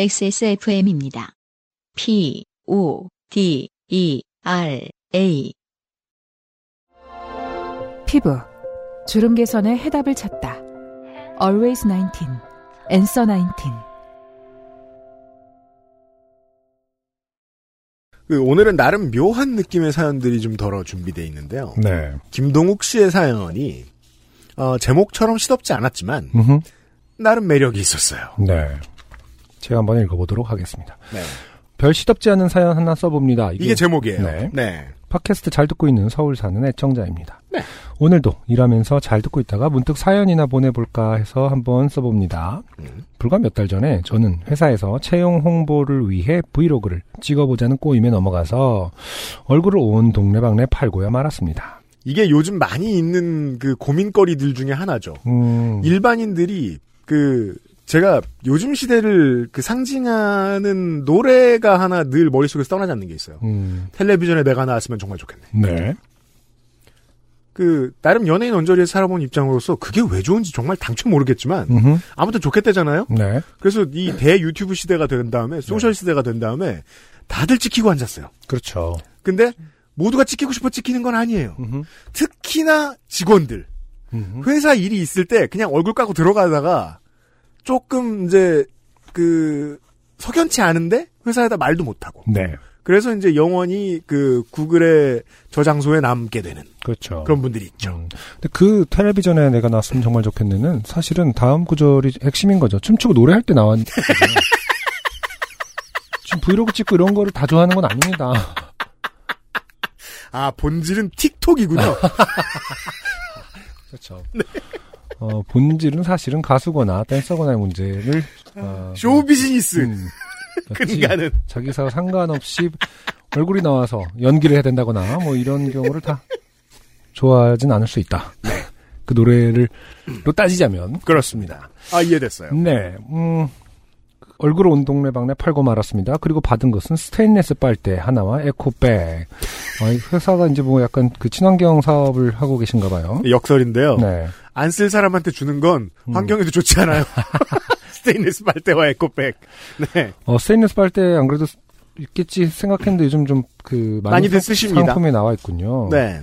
XSFM입니다. P, O, D, E, R, A. 피부 주름 개선의 해답을 찾다. Always 19, Answer 19. 그 오늘은 나름 묘한 느낌의 사연들이 좀 덜어 준비돼 있는데요. 네. 김동욱 씨의 사연이 어, 제목처럼 시덥지 않았지만 음흠. 나름 매력이 있었어요. 네. 제가 한번 읽어보도록 하겠습니다. 네. 별 시덥지 않은 사연 하나 써봅니다. 이게 제목이에요. 네. 네. 팟캐스트 잘 듣고 있는 서울 사는 애청자입니다. 오늘도 일하면서 잘 듣고 있다가 문득 사연이나 보내볼까 해서 한번 써봅니다. 불과 몇 달 전에 저는 회사에서 채용 홍보를 위해 브이로그를 찍어보자는 꼬임에 넘어가서 얼굴을 온 동네방네 팔고야 말았습니다. 이게 요즘 많이 있는 그 고민거리들 중에 하나죠. 음, 일반인들이 그 제가 요즘 시대를 그 상징하는 노래가 하나 늘 머릿속에서 떠나지 않는 게 있어요. 음, 텔레비전에 내가 나왔으면 정말 좋겠네. 네. 그 나름 연예인 언저리에 살아본 입장으로서 그게 왜 좋은지 정말 당최 모르겠지만 음흠, 아무튼 좋겠다잖아요. 네. 그래서 이 대 유튜브 시대가 된 다음에 소셜 시대가 된 다음에 다들 찍히고 앉았어요. 그렇죠. 근데 모두가 찍히고 싶어 찍히는 건 아니에요. 특히나 직원들 음흠. 회사 일이 있을 때 그냥 얼굴 까고 들어가다가 조금 이제 그 석연치 않은데 회사에다 말도 못하고 네. 그래서 이제 영원히 그 구글의 저장소에 남게 되는 그렇죠. 그런 분들이 있죠. 음. 근데 그 텔레비전에 내가 나왔으면 정말 좋겠네는 사실은 다음 구절이 핵심인 거죠. 춤추고 노래할 때 나왔는데. 지금 브이로그 찍고 이런 거를 다 좋아하는 건 아닙니다. 아 본질은 틱톡이군요. 그렇죠. 어, 본질은 사실은 가수거나 댄서거나의 문제를 어, 쇼 비즈니스 음, 마치 근간은 자기사와 상관없이 얼굴이 나와서 연기를 해야 된다거나 뭐 이런 경우를 다 좋아하진 않을 수 있다. 그 노래를 로 따지자면 그렇습니다. 아 이해됐어요. 네, 음, 얼굴 온 동네 방네 팔고 말았습니다. 그리고 받은 것은 스테인레스 빨대 하나와 에코백. 아, 이 회사가 이제 뭐 약간 그 친환경 사업을 하고 계신가 봐요. 역설인데요. 네. 안 쓸 사람한테 주는 건 음. 환경에도 좋지 않아요. 스테인리스 빨대와 에코백. 네. 어, 스테인레스 빨대 안 그래도 있겠지 생각했는데 요즘 좀 그 많이들 쓰십니다. 상품이 나와 있군요. 네.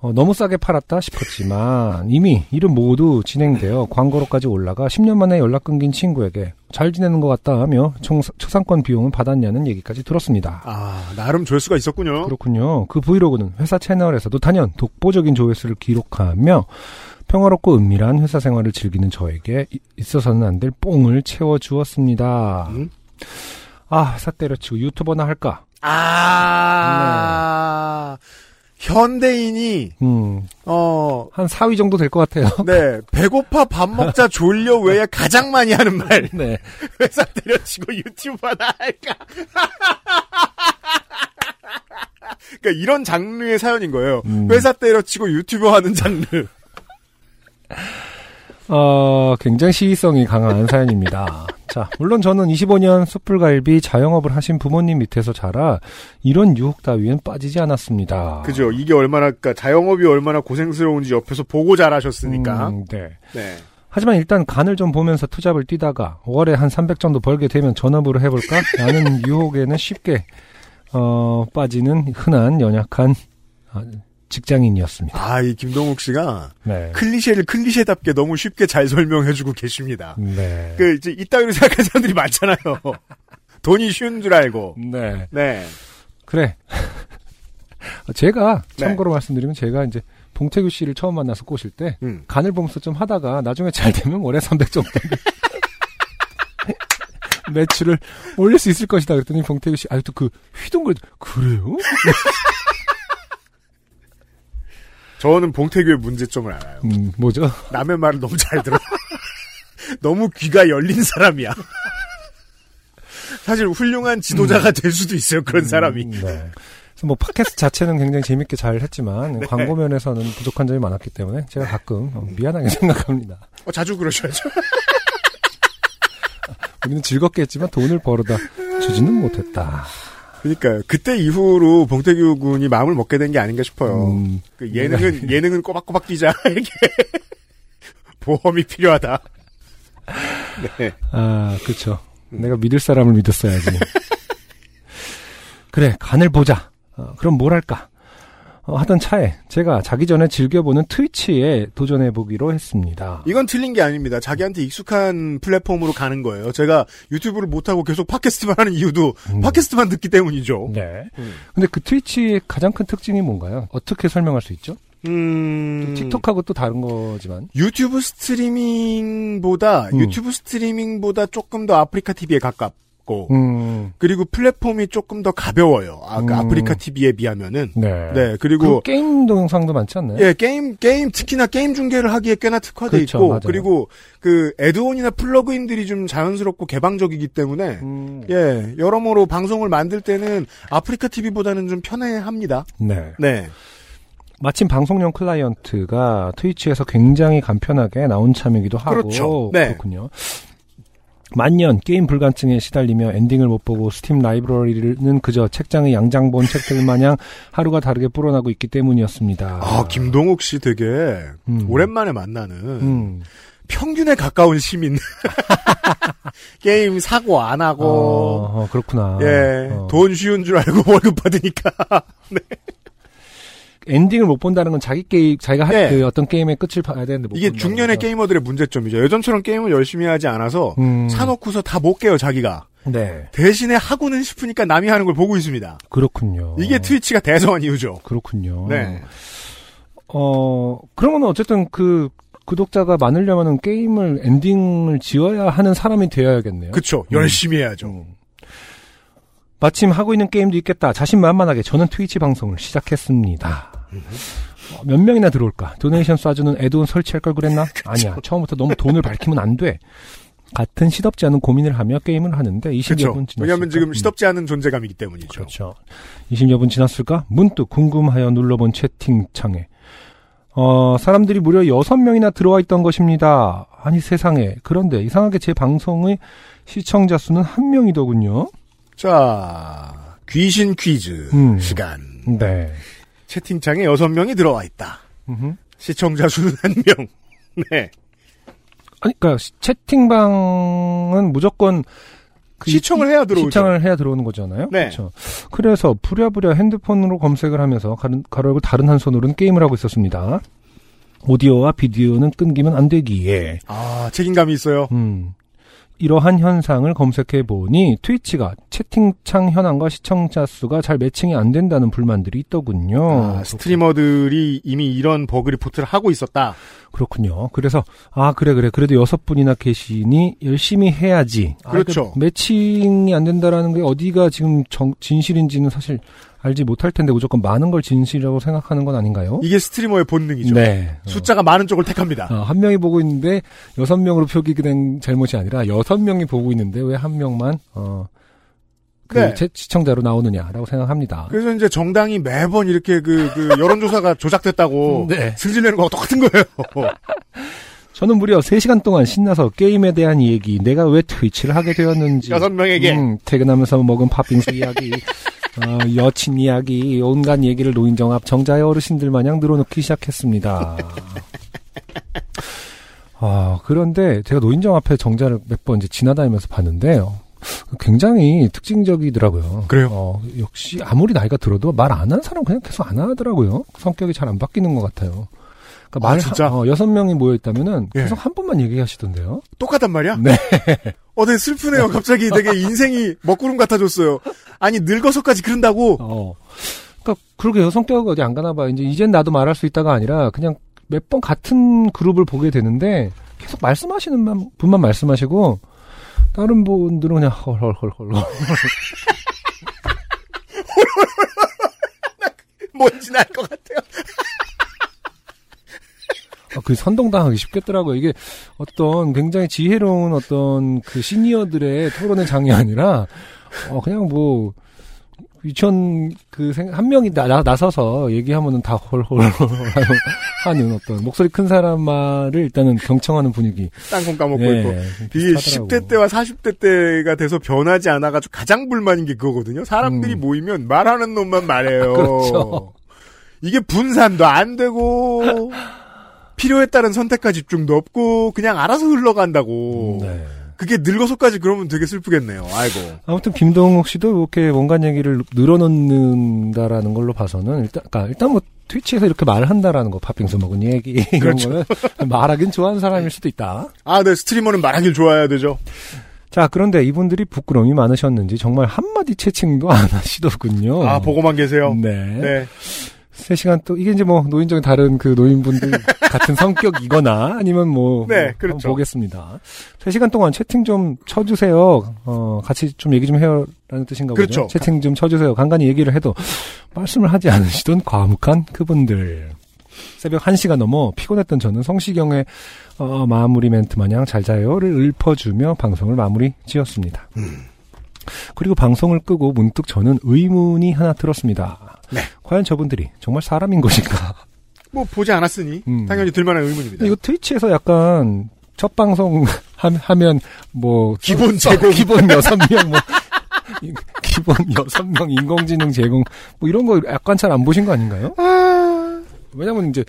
어, 너무 싸게 팔았다 싶었지만 이미 일은 모두 진행되어 광고로까지 올라가 10년 만에 연락 끊긴 친구에게 잘 지내는 것 같다 하며 총 초상권 비용은 받았냐는 얘기까지 들었습니다. 아 나름 조회수가 있었군요. 그렇군요. 그 브이로그는 회사 채널에서도 단연 독보적인 조회수를 기록하며 평화롭고 은밀한 회사 생활을 즐기는 저에게 이- 있어서는 안 될 뽕을 채워주었습니다. 음? 아, 회사 때려치고 유튜버나 할까? 아 현대인이 음, 어. 한 4위 정도 될 것 같아요. 네, 배고파 밥 먹자 졸려 외에 가장 많이 하는 말. 네. 회사 때려치고 유튜브 하나 할까? 그러니까 이런 장르의 사연인 거예요. 음. 회사 때려치고 유튜브 하는 장르. 어, 굉장히 시의성이 강한 사연입니다. 자, 물론 저는 25년 숯불갈비 자영업을 하신 부모님 밑에서 자라 이런 유혹 따위엔 빠지지 않았습니다. 그죠. 이게 얼마나, 그니까 자영업이 얼마나 고생스러운지 옆에서 보고 잘하셨으니까. 음, 네. 네. 하지만 일단 간을 좀 보면서 투잡을 뛰다가 월에 한 300 정도 벌게 되면 전업으로 해볼까? 라는 유혹에는 쉽게 어, 빠지는 흔한 연약한 아, 직장인이었습니다. 아, 이 김동욱 씨가 네. 클리셰를 클리셰답게 너무 쉽게 잘 설명해주고 계십니다. 네. 그, 이제 이따위로 생각하는 사람들이 많잖아요. 돈이 쉬운 줄 알고. 네. 네. 그래. 제가 네. 참고로 말씀드리면 제가 이제 봉태규 씨를 처음 만나서 꼬실 때 음. 간을 보면서 좀 하다가 나중에 잘 되면 월에 300 정도 매출을 올릴 수 있을 것이다 그랬더니 봉태규 씨 아직도 그 휘둥글 그래요? 저는 봉태규의 문제점을 알아요. 음, 뭐죠? 남의 말을 너무 잘 들어. 너무 귀가 열린 사람이야. 사실 훌륭한 지도자가 될 수도 있어요. 그런 사람이. 네. 그래서 뭐 팟캐스트 자체는 굉장히 재밌게 잘 네. 했지만 광고 면에서는 부족한 점이 많았기 때문에 제가 가끔 어, 미안하게 생각합니다. 어, 자주 그러셔야죠. 우리는 즐겁게 했지만 돈을 벌어다 주지는 못했다. 그러니까요. 그때 이후로 봉태규 군이 마음을 먹게 된 게 아닌가 싶어요. 음, 그 예능은 예능은 꼬박꼬박 뛰자 이렇게 보험이 필요하다. 네. 아 그렇죠. 음. 내가 믿을 사람을 믿었어야지. 그래, 간을 보자. 어, 그럼 뭘 할까? 어, 하던 차에 제가 자기 전에 즐겨보는 트위치에 도전해보기로 했습니다. 이건 틀린 게 아닙니다. 자기한테 익숙한 플랫폼으로 가는 거예요. 제가 유튜브를 못하고 계속 팟캐스트만 하는 이유도 음. 팟캐스트만 듣기 때문이죠. 네. 음. 근데 그 트위치의 가장 큰 특징이 뭔가요? 어떻게 설명할 수 있죠? 음, 틱톡하고 또 다른 거지만. 유튜브 스트리밍보다 음. 유튜브 스트리밍보다 조금 더 아프리카 TV에 가깝고 음, 그리고 플랫폼이 조금 더 가벼워요. 아, 음. 프리카 TV에 비하면은 네. 네 그 그리고 게임 동영상도 많지 않나요? 예 게임 게임 특히나 게임 중계를 하기에 꽤나 특화돼 그렇죠, 있고 맞아요. 그리고 그 애드온이나 플러그인들이 좀 자연스럽고 개방적이기 때문에 음. 예 여러모로 방송을 만들 때는 아프리카 TV보다는 좀 편해합니다. 네. 네. 마침 방송용 클라이언트가 트위치에서 굉장히 간편하게 나온 참이기도 하고 그렇죠. 네. 군요 만년 게임 불감증에 시달리며 엔딩을 못 보고 스팀 라이브러리는 그저 책장의 양장 본 책들 마냥 하루가 다르게 불어나고 있기 때문이었습니다. 아 김동욱 씨 되게 음. 오랜만에 만나는 음. 평균에 가까운 시민. 게임 사고 안 하고, 어, 어, 그렇구나. 예, 어. 돈 쉬운 줄 알고 월급 받으니까. 엔딩을 못 본다는 건 자기 게임, 자기가 할 네. 그 어떤 게임의 끝을 봐야 되는데 못 이게 본다는 중년의 거죠. 게이머들의 문제점이죠. 예전처럼 게임을 열심히 하지 않아서, 음. 사놓고서 다 못 깨요, 자기가. 네. 대신에 하고는 싶으니까 남이 하는 걸 보고 있습니다. 그렇군요. 이게 트위치가 대성한 이유죠. 그렇군요. 네. 어, 그러면 어쨌든 그 구독자가 많으려면 게임을 엔딩을 지어야 하는 사람이 되어야겠네요. 그쵸. 음. 열심히 해야죠. 음. 마침 하고 있는 게임도 있겠다. 자신만만하게 저는 트위치 방송을 시작했습니다. 어, 몇 명이나 들어올까? 도네이션 쏴주는 애드온 설치할 걸 그랬나? 아니야. 처음부터 너무 돈을 밝히면 안 돼. 같은 시덥지 않은 고민을 하며 게임을 하는데 20여 그쵸. 분 지났을까? 왜냐면 하 지금 음. 시덥지 않은 존재감이기 때문이죠. 그렇죠. 20여 분 지났을까? 문득 궁금하여 눌러본 채팅창에 어, 사람들이 무려 6명이나 들어와 있던 것입니다. 아니 세상에. 그런데 이상하게 제 방송의 시청자 수는 한 명이더군요. 자, 귀신 퀴즈 음. 시간. 네. 채팅창에 여섯 명이 들어와 있다. 음흠. 시청자 수는 한 명. 네. 아니 그러니까 시- 채팅방은 무조건 그 시청을 해야 들어오죠. 시청을 해야 들어오는 거잖아요. 네. 그렇죠. 그래서 부랴부랴 핸드폰으로 검색을 하면서 가른- 가로열고 다른 한 손으로는 게임을 하고 있었습니다. 오디오와 비디오는 끊기면 안 되기에 아, 책임감이 있어요. 음. 이러한 현상을 검색해 보니 트위치가 채팅창 현황과 시청자 수가 잘 매칭이 안 된다는 불만들이 있더군요. 아, 스트리머들이 이미 이런 버그 리포트를 하고 있었다. 그렇군요. 그래서 아 그래 그래 그래도 여섯 분이나 계시니 열심히 해야지. 아, 그렇죠. 그 매칭이 안 된다라는 게 어디가 지금 정- 진실인지는 사실 알지 못할 텐데 무조건 많은 걸 진실이라고 생각하는 건 아닌가요? 이게 스트리머의 본능이죠. 네. 어. 숫자가 많은 쪽을 택합니다. 아, 한 명이 보고 있는데 여섯 명으로 표기된 잘못이 아니라 여섯 명이 보고 있는데 왜 한 명만 어, 그 네. 채- 시청자로 나오느냐라고 생각합니다. 그래서 이제 정당이 매번 이렇게 그, 그 여론조사가 조작됐다고 네. 승질내는 거하고 똑같은 거예요. 저는 무려 3시간 동안 신나서 게임에 대한 얘기, 내가 왜 트위치를 하게 되었는지, 여섯 명에게 음, 퇴근하면서 먹은 팥빙수 이야기, 어, 여친 이야기, 온갖 얘기를 노인정합 정자의 어르신들 마냥 늘어놓기 시작했습니다. 아, 그런데 제가 노인정 앞에 정자를 몇 번 이제 지나다니면서 봤는데요. 굉장히 특징적이더라고요. 그래요? 어, 역시 아무리 나이가 들어도 말 안 하는 사람 은 그냥 계속 안 하더라고요. 성격이 잘 안 바뀌는 것 같아요. 그러니까 아, 말 진짜? 하- 어, 여섯 명이 모여 있다면은 예. 계속 한 번만 얘기하시던데요. 똑같단 말이야? 네. 어, 되게 슬프네요. 갑자기 되게 인생이 먹구름 같아졌어요. 아니, 늙어서까지 그런다고? 어. 그러니까 그렇게 여성 격 어디 안 가나 봐. 이제 이젠 나도 말할 수 있다가 아니라 그냥 몇 번 같은 그룹을 보게 되는데 계속 말씀하시는 만- 분만 말씀하시고 다른 분들은 그냥 헐헐헐헐. 아, 뭔지 알 것 같아요. 아, 그 선동당하기 쉽겠더라고요. 이게 어떤 굉장히 지혜로운 어떤 그 시니어들의 토론의 장이 아니라 어 그냥 뭐 유치원 그한 명이 나, 나, 나서서 얘기하면은 다 헐헐 하는 어떤 목소리 큰 사람 말을 일단은 경청하는 분위기. 땅콩 까먹고 예, 있고. 이게 비슷하더라고요. 10대 때와 40대 때가 돼서 변하지 않아가지고 가장 불만인 게 그거거든요. 사람들이 음. 모이면 말하는 놈만 말해요. 그렇죠. 이게 분산도 안 되고 필요에 따른 선택과 집중도 없고 그냥 알아서 흘러간다고. 네. 그게 늙어서까지 그러면 되게 슬프겠네요. 아이고. 아무튼 김동욱 씨도 이렇게 뭔가 얘기를 늘어놓는다라는 걸로 봐서는 일단 그러니까 일단 뭐 트위치에서 이렇게 말을 한다라는 거 팥빙수 먹은 얘기 이런 그렇죠. 거는 말하긴 좋아하는 사람일 수도 있다. 아, 네, 스트리머는 말하길 좋아해야 되죠. 자 그런데 이분들이 부끄러움이 많으셨는지 정말 한마디 채팅도 안 하시더군요. 아, 보고만 계세요. 어. 네. 네. 세 시간 또 이게 이제 뭐 노인정의 다른 그 노인분들 같은 성격이거나 아니면 뭐 네, 뭐 그렇죠. 한번 보겠습니다. 세 시간 동안 채팅 좀 쳐주세요. 어 같이 좀 얘기 좀 해요라는 뜻인가 그렇죠. 보죠. 채팅 좀 쳐주세요. 간간히 얘기를 해도 말씀을 하지 않으시던 과묵한 그분들. 새벽 1시가 넘어 피곤했던 저는 성시경의 어, 마무리 멘트 마냥 잘 자요를 읊어주며 방송을 마무리 지었습니다. 음. 그리고 방송을 끄고 문득 저는 의문이 하나 들었습니다. 네. 과연 저분들이 정말 사람인 것인가? 뭐, 보지 않았으니, 음. 당연히 들만한 의문입니다. 이거 트위치에서 약간 첫 방송 함- 하면 뭐 기본 써- 제공. 기본 여섯 명 뭐. 이- 기본 여섯 명 인공지능 제공 뭐 이런 거 약간 잘 안 보신 거 아닌가요? 왜냐면 이제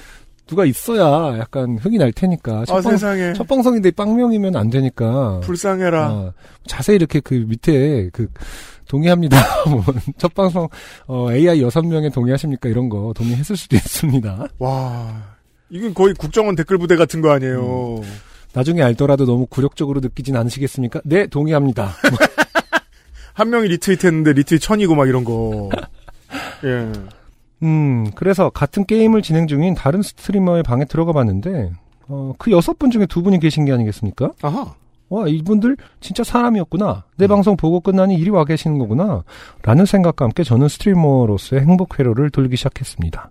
누가 있어야 약간 흥이 날 테니까 첫, 아, 방, 세상에. 첫 방송인데 빵명이면 안 되니까 불쌍해라. 어, 자세히 이렇게 그 밑에 그 동의합니다. 뭐, 첫 방송 어, AI 여섯 명에 동의하십니까 이런 거 동의했을 수도 있습니다. 와. 이건 거의 국정원 댓글 부대 같은 거 아니에요. 음. 나중에 알더라도 너무 굴욕적으로 느끼진 않으시겠습니까? 네, 동의합니다. 한 명이 리트윗 했는데 리트윗 천이고 막 이런 거. 예. 음, 그래서 같은 게임을 진행 중인 다른 스트리머의 방에 들어가 봤는데, 어, 그 여섯 분 중에 두 분이 계신 게 아니겠습니까? 아하. 와, 이분들 진짜 사람이었구나. 내 방송 보고 끝나니 이리 와 계시는 거구나. 라는 생각과 함께 저는 스트리머로서의 행복 회로를 돌기 시작했습니다.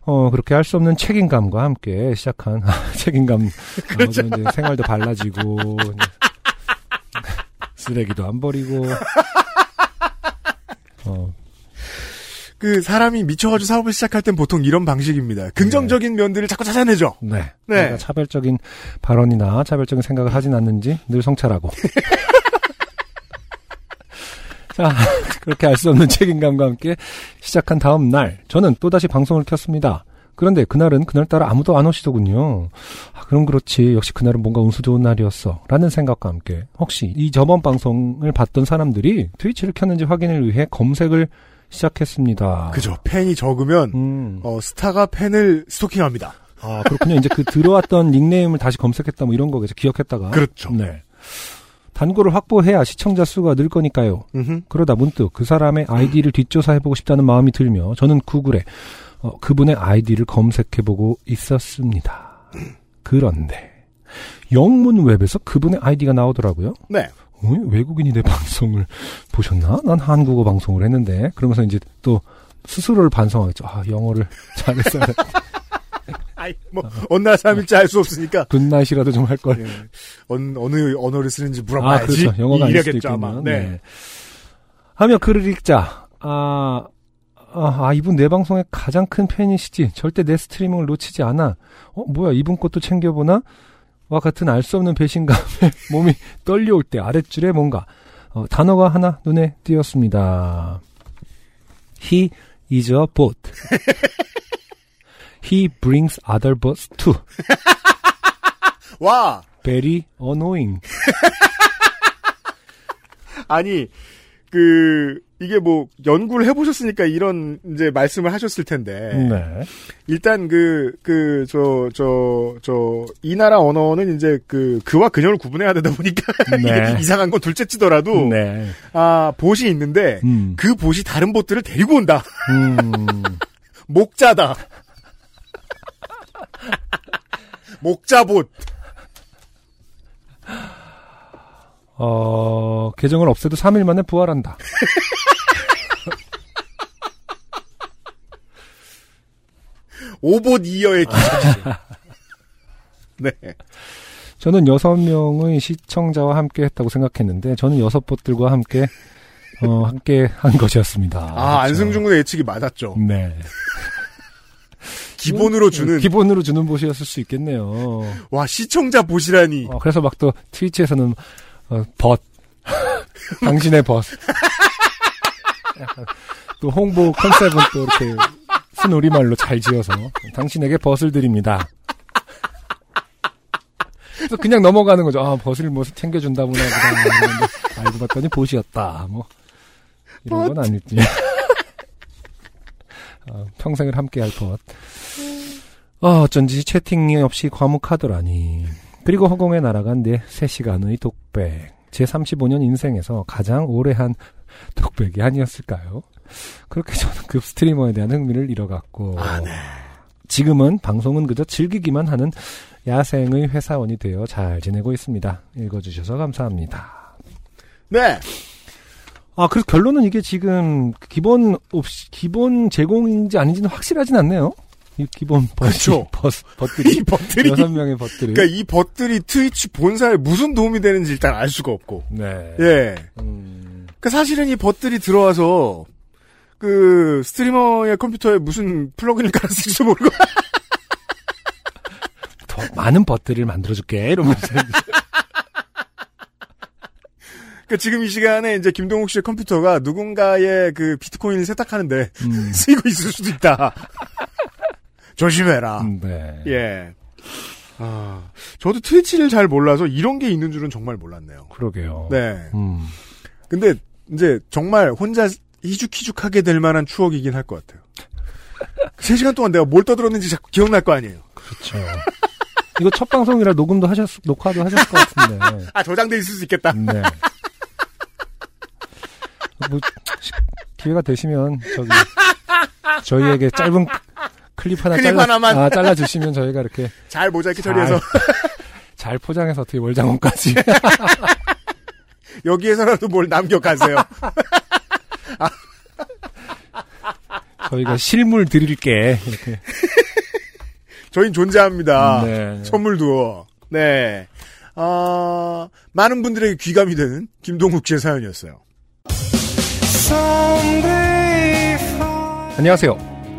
어, 그렇게 할 수 없는 책임감과 함께 시작한, 아, 책임감. 어, 이제 생활도 발라지고, 쓰레기도 안 버리고, 어, 그 사람이 미쳐가지고 사업을 시작할 땐 보통 이런 방식입니다. 긍정적인 면들을 자꾸 찾아내죠. 네. 네. 내가 차별적인 발언이나 차별적인 생각을 하진 않는지 늘 성찰하고. 자, 그렇게 알 수 없는 책임감과 함께 시작한 다음 날, 저는 또다시 방송을 켰습니다. 그런데 그날은 그날따라 아무도 안 오시더군요. 아, 그럼 그렇지. 역시 그날은 뭔가 운수 좋은 날이었어. 라는 생각과 함께, 혹시 이 저번 방송을 봤던 사람들이 트위치를 켰는지 확인을 위해 검색을 시작했습니다. 그죠. 팬이 적으면 아. 음. 어, 스타가 팬을 스토킹합니다. 아, 그렇군요. 이제 그 들어왔던 닉네임을 다시 검색했다 뭐 이런 거겠죠. 기억했다가. 그렇죠. 네. 단골을 확보해야 시청자 수가 늘 거니까요. 음흠. 그러다 문득 그 사람의 아이디를 뒷조사해보고 싶다는 마음이 들며 저는 구글에 어, 그분의 아이디를 검색해보고 있었습니다. 그런데 영문 웹에서 그분의 아이디가 나오더라고요. 네. 어, 외국인이 내 방송을 보셨나? 난 한국어 방송을 했는데 그러면서 이제 또 스스로를 반성하겠죠. 아 영어를 잘했어야 돼. 아이, 뭐 어느 나라 아. 사람일지 알 수 없으니까 굿나잇이라도 좀 할걸. 예. 어느, 어느 언어를 쓰는지 아, 물어봐야지. 그렇죠. 영어가 아닐 수도 이래겠죠 있군요. 아마. 네. 하며 글을 읽자. 아, 아, 아, 이분 내 방송의 가장 큰 팬이시지. 절대 내 스트리밍을 놓치지 않아. 어, 뭐야, 이분 것도 챙겨보나? 와 같은 알 수 없는 배신감에 몸이 떨려올 때 아랫줄에 뭔가 어, 단어가 하나 눈에 띄었습니다. He is a bot. He brings other bots too. 와 Very annoying. 아니 그 이게 뭐 연구를 해보셨으니까 이런 이제 말씀을 하셨을 텐데 네. 일단 그 그 저 저 저 이 나라 언어는 이제 그 그와 그녀를 구분해야 되다 보니까 네. 이게 이상한 건 둘째치더라도 네. 아 봇이 있는데 음. 그 봇이 다른 봇들을 데리고 온다 음. 목자다 목자봇 어, 계정을 없애도 3일 만에 부활한다. 오봇 이어의 기술이죠. 네. 저는 6명의 시청자와 함께 했다고 생각했는데, 저는 6봇들과 함께, 어, 함께 한 것이었습니다. 아, 안승준 군의 예측이 맞았죠. 네. 기본으로 주는 음, 기본으로 주는 봇이었을 수 있겠네요. 와 시청자 보시라니 어, 그래서 막 또 트위치에서는, 어, 벗. 당신의 벗. 약간 또 홍보 컨셉은 또 이렇게 순 우리말로 잘 지어서, 당신에게 벗을 드립니다. 그래서 그냥 넘어가는 거죠. 아, 벗을 뭐 챙겨준다구나. 보다. 이러는데 알고 봤더니 보시였다. 뭐. 이런 건 아닐지. 아, 평생을 함께 할 벗. 아, 어쩐지 채팅이 없이 과묵하더라니. 그리고 허공에 날아간 내 3시간의 독백. 제 35년 인생에서 가장 오래 한 독백이 아니었을까요? 그렇게 저는 급 스트리머에 대한 흥미를 잃어갔고. 지금은 방송은 그저 즐기기만 하는 야생의 회사원이 되어 잘 지내고 있습니다. 읽어주셔서 감사합니다. 네. 아, 그래서 결론은 이게 지금 기본 없이, 기본 제공인지 아닌지는 확실하진 않네요. 이 기본 버스, 그쵸. 버스, 이 그렇죠. 버들이. 벗들이 여섯 명의 버들이. 그러니까 이 벗들이 트위치 본사에 무슨 도움이 되는지 일단 알 수가 없고. 네. 예. 음, 그 사실은 이 벗들이 들어와서 그 스트리머의 컴퓨터에 무슨 플러그인을 깔았을지도 모르고 더 많은 버들을 만들어줄게. 이러면서. 그러니까 지금 이 시간에 이제 김동욱 씨의 컴퓨터가 누군가의 그 비트코인을 세탁하는데 음, 쓰이고 있을 수도 있다. 조심해라. 음, 네. 예. 아, 저도 트위치를 잘 몰라서 이런 게 있는 줄은 정말 몰랐네요. 그러게요. 네. 음, 근데 이제 정말 혼자 희죽희죽하게 될 만한 추억이긴 할 것 같아요. 3시간 동안 내가 뭘 떠들었는지 자꾸 기억날 거 아니에요. 그렇죠. 이거 첫 방송이라 녹음도 하셨, 녹화도 하셨을 것 같은데. 아, 저장돼 있을 수 있겠다. 네. 뭐, 시- 기회가 되시면, 저기, 저희에게 짧은 클립 하나 클립 잘라, 하나만. 아, 잘라주시면 저희가 이렇게 아, 잘 모자이크 처리해서 잘 포장해서 어떻게 월장원까지. 여기에서라도 뭘 남겨가세요. 저희가 실물 드릴게. 이렇게. 저희는 존재합니다. 네. 선물도. 네. 아, 많은 분들에게 귀감이 되는 김동국 씨의 사연이었어요. 안녕하세요.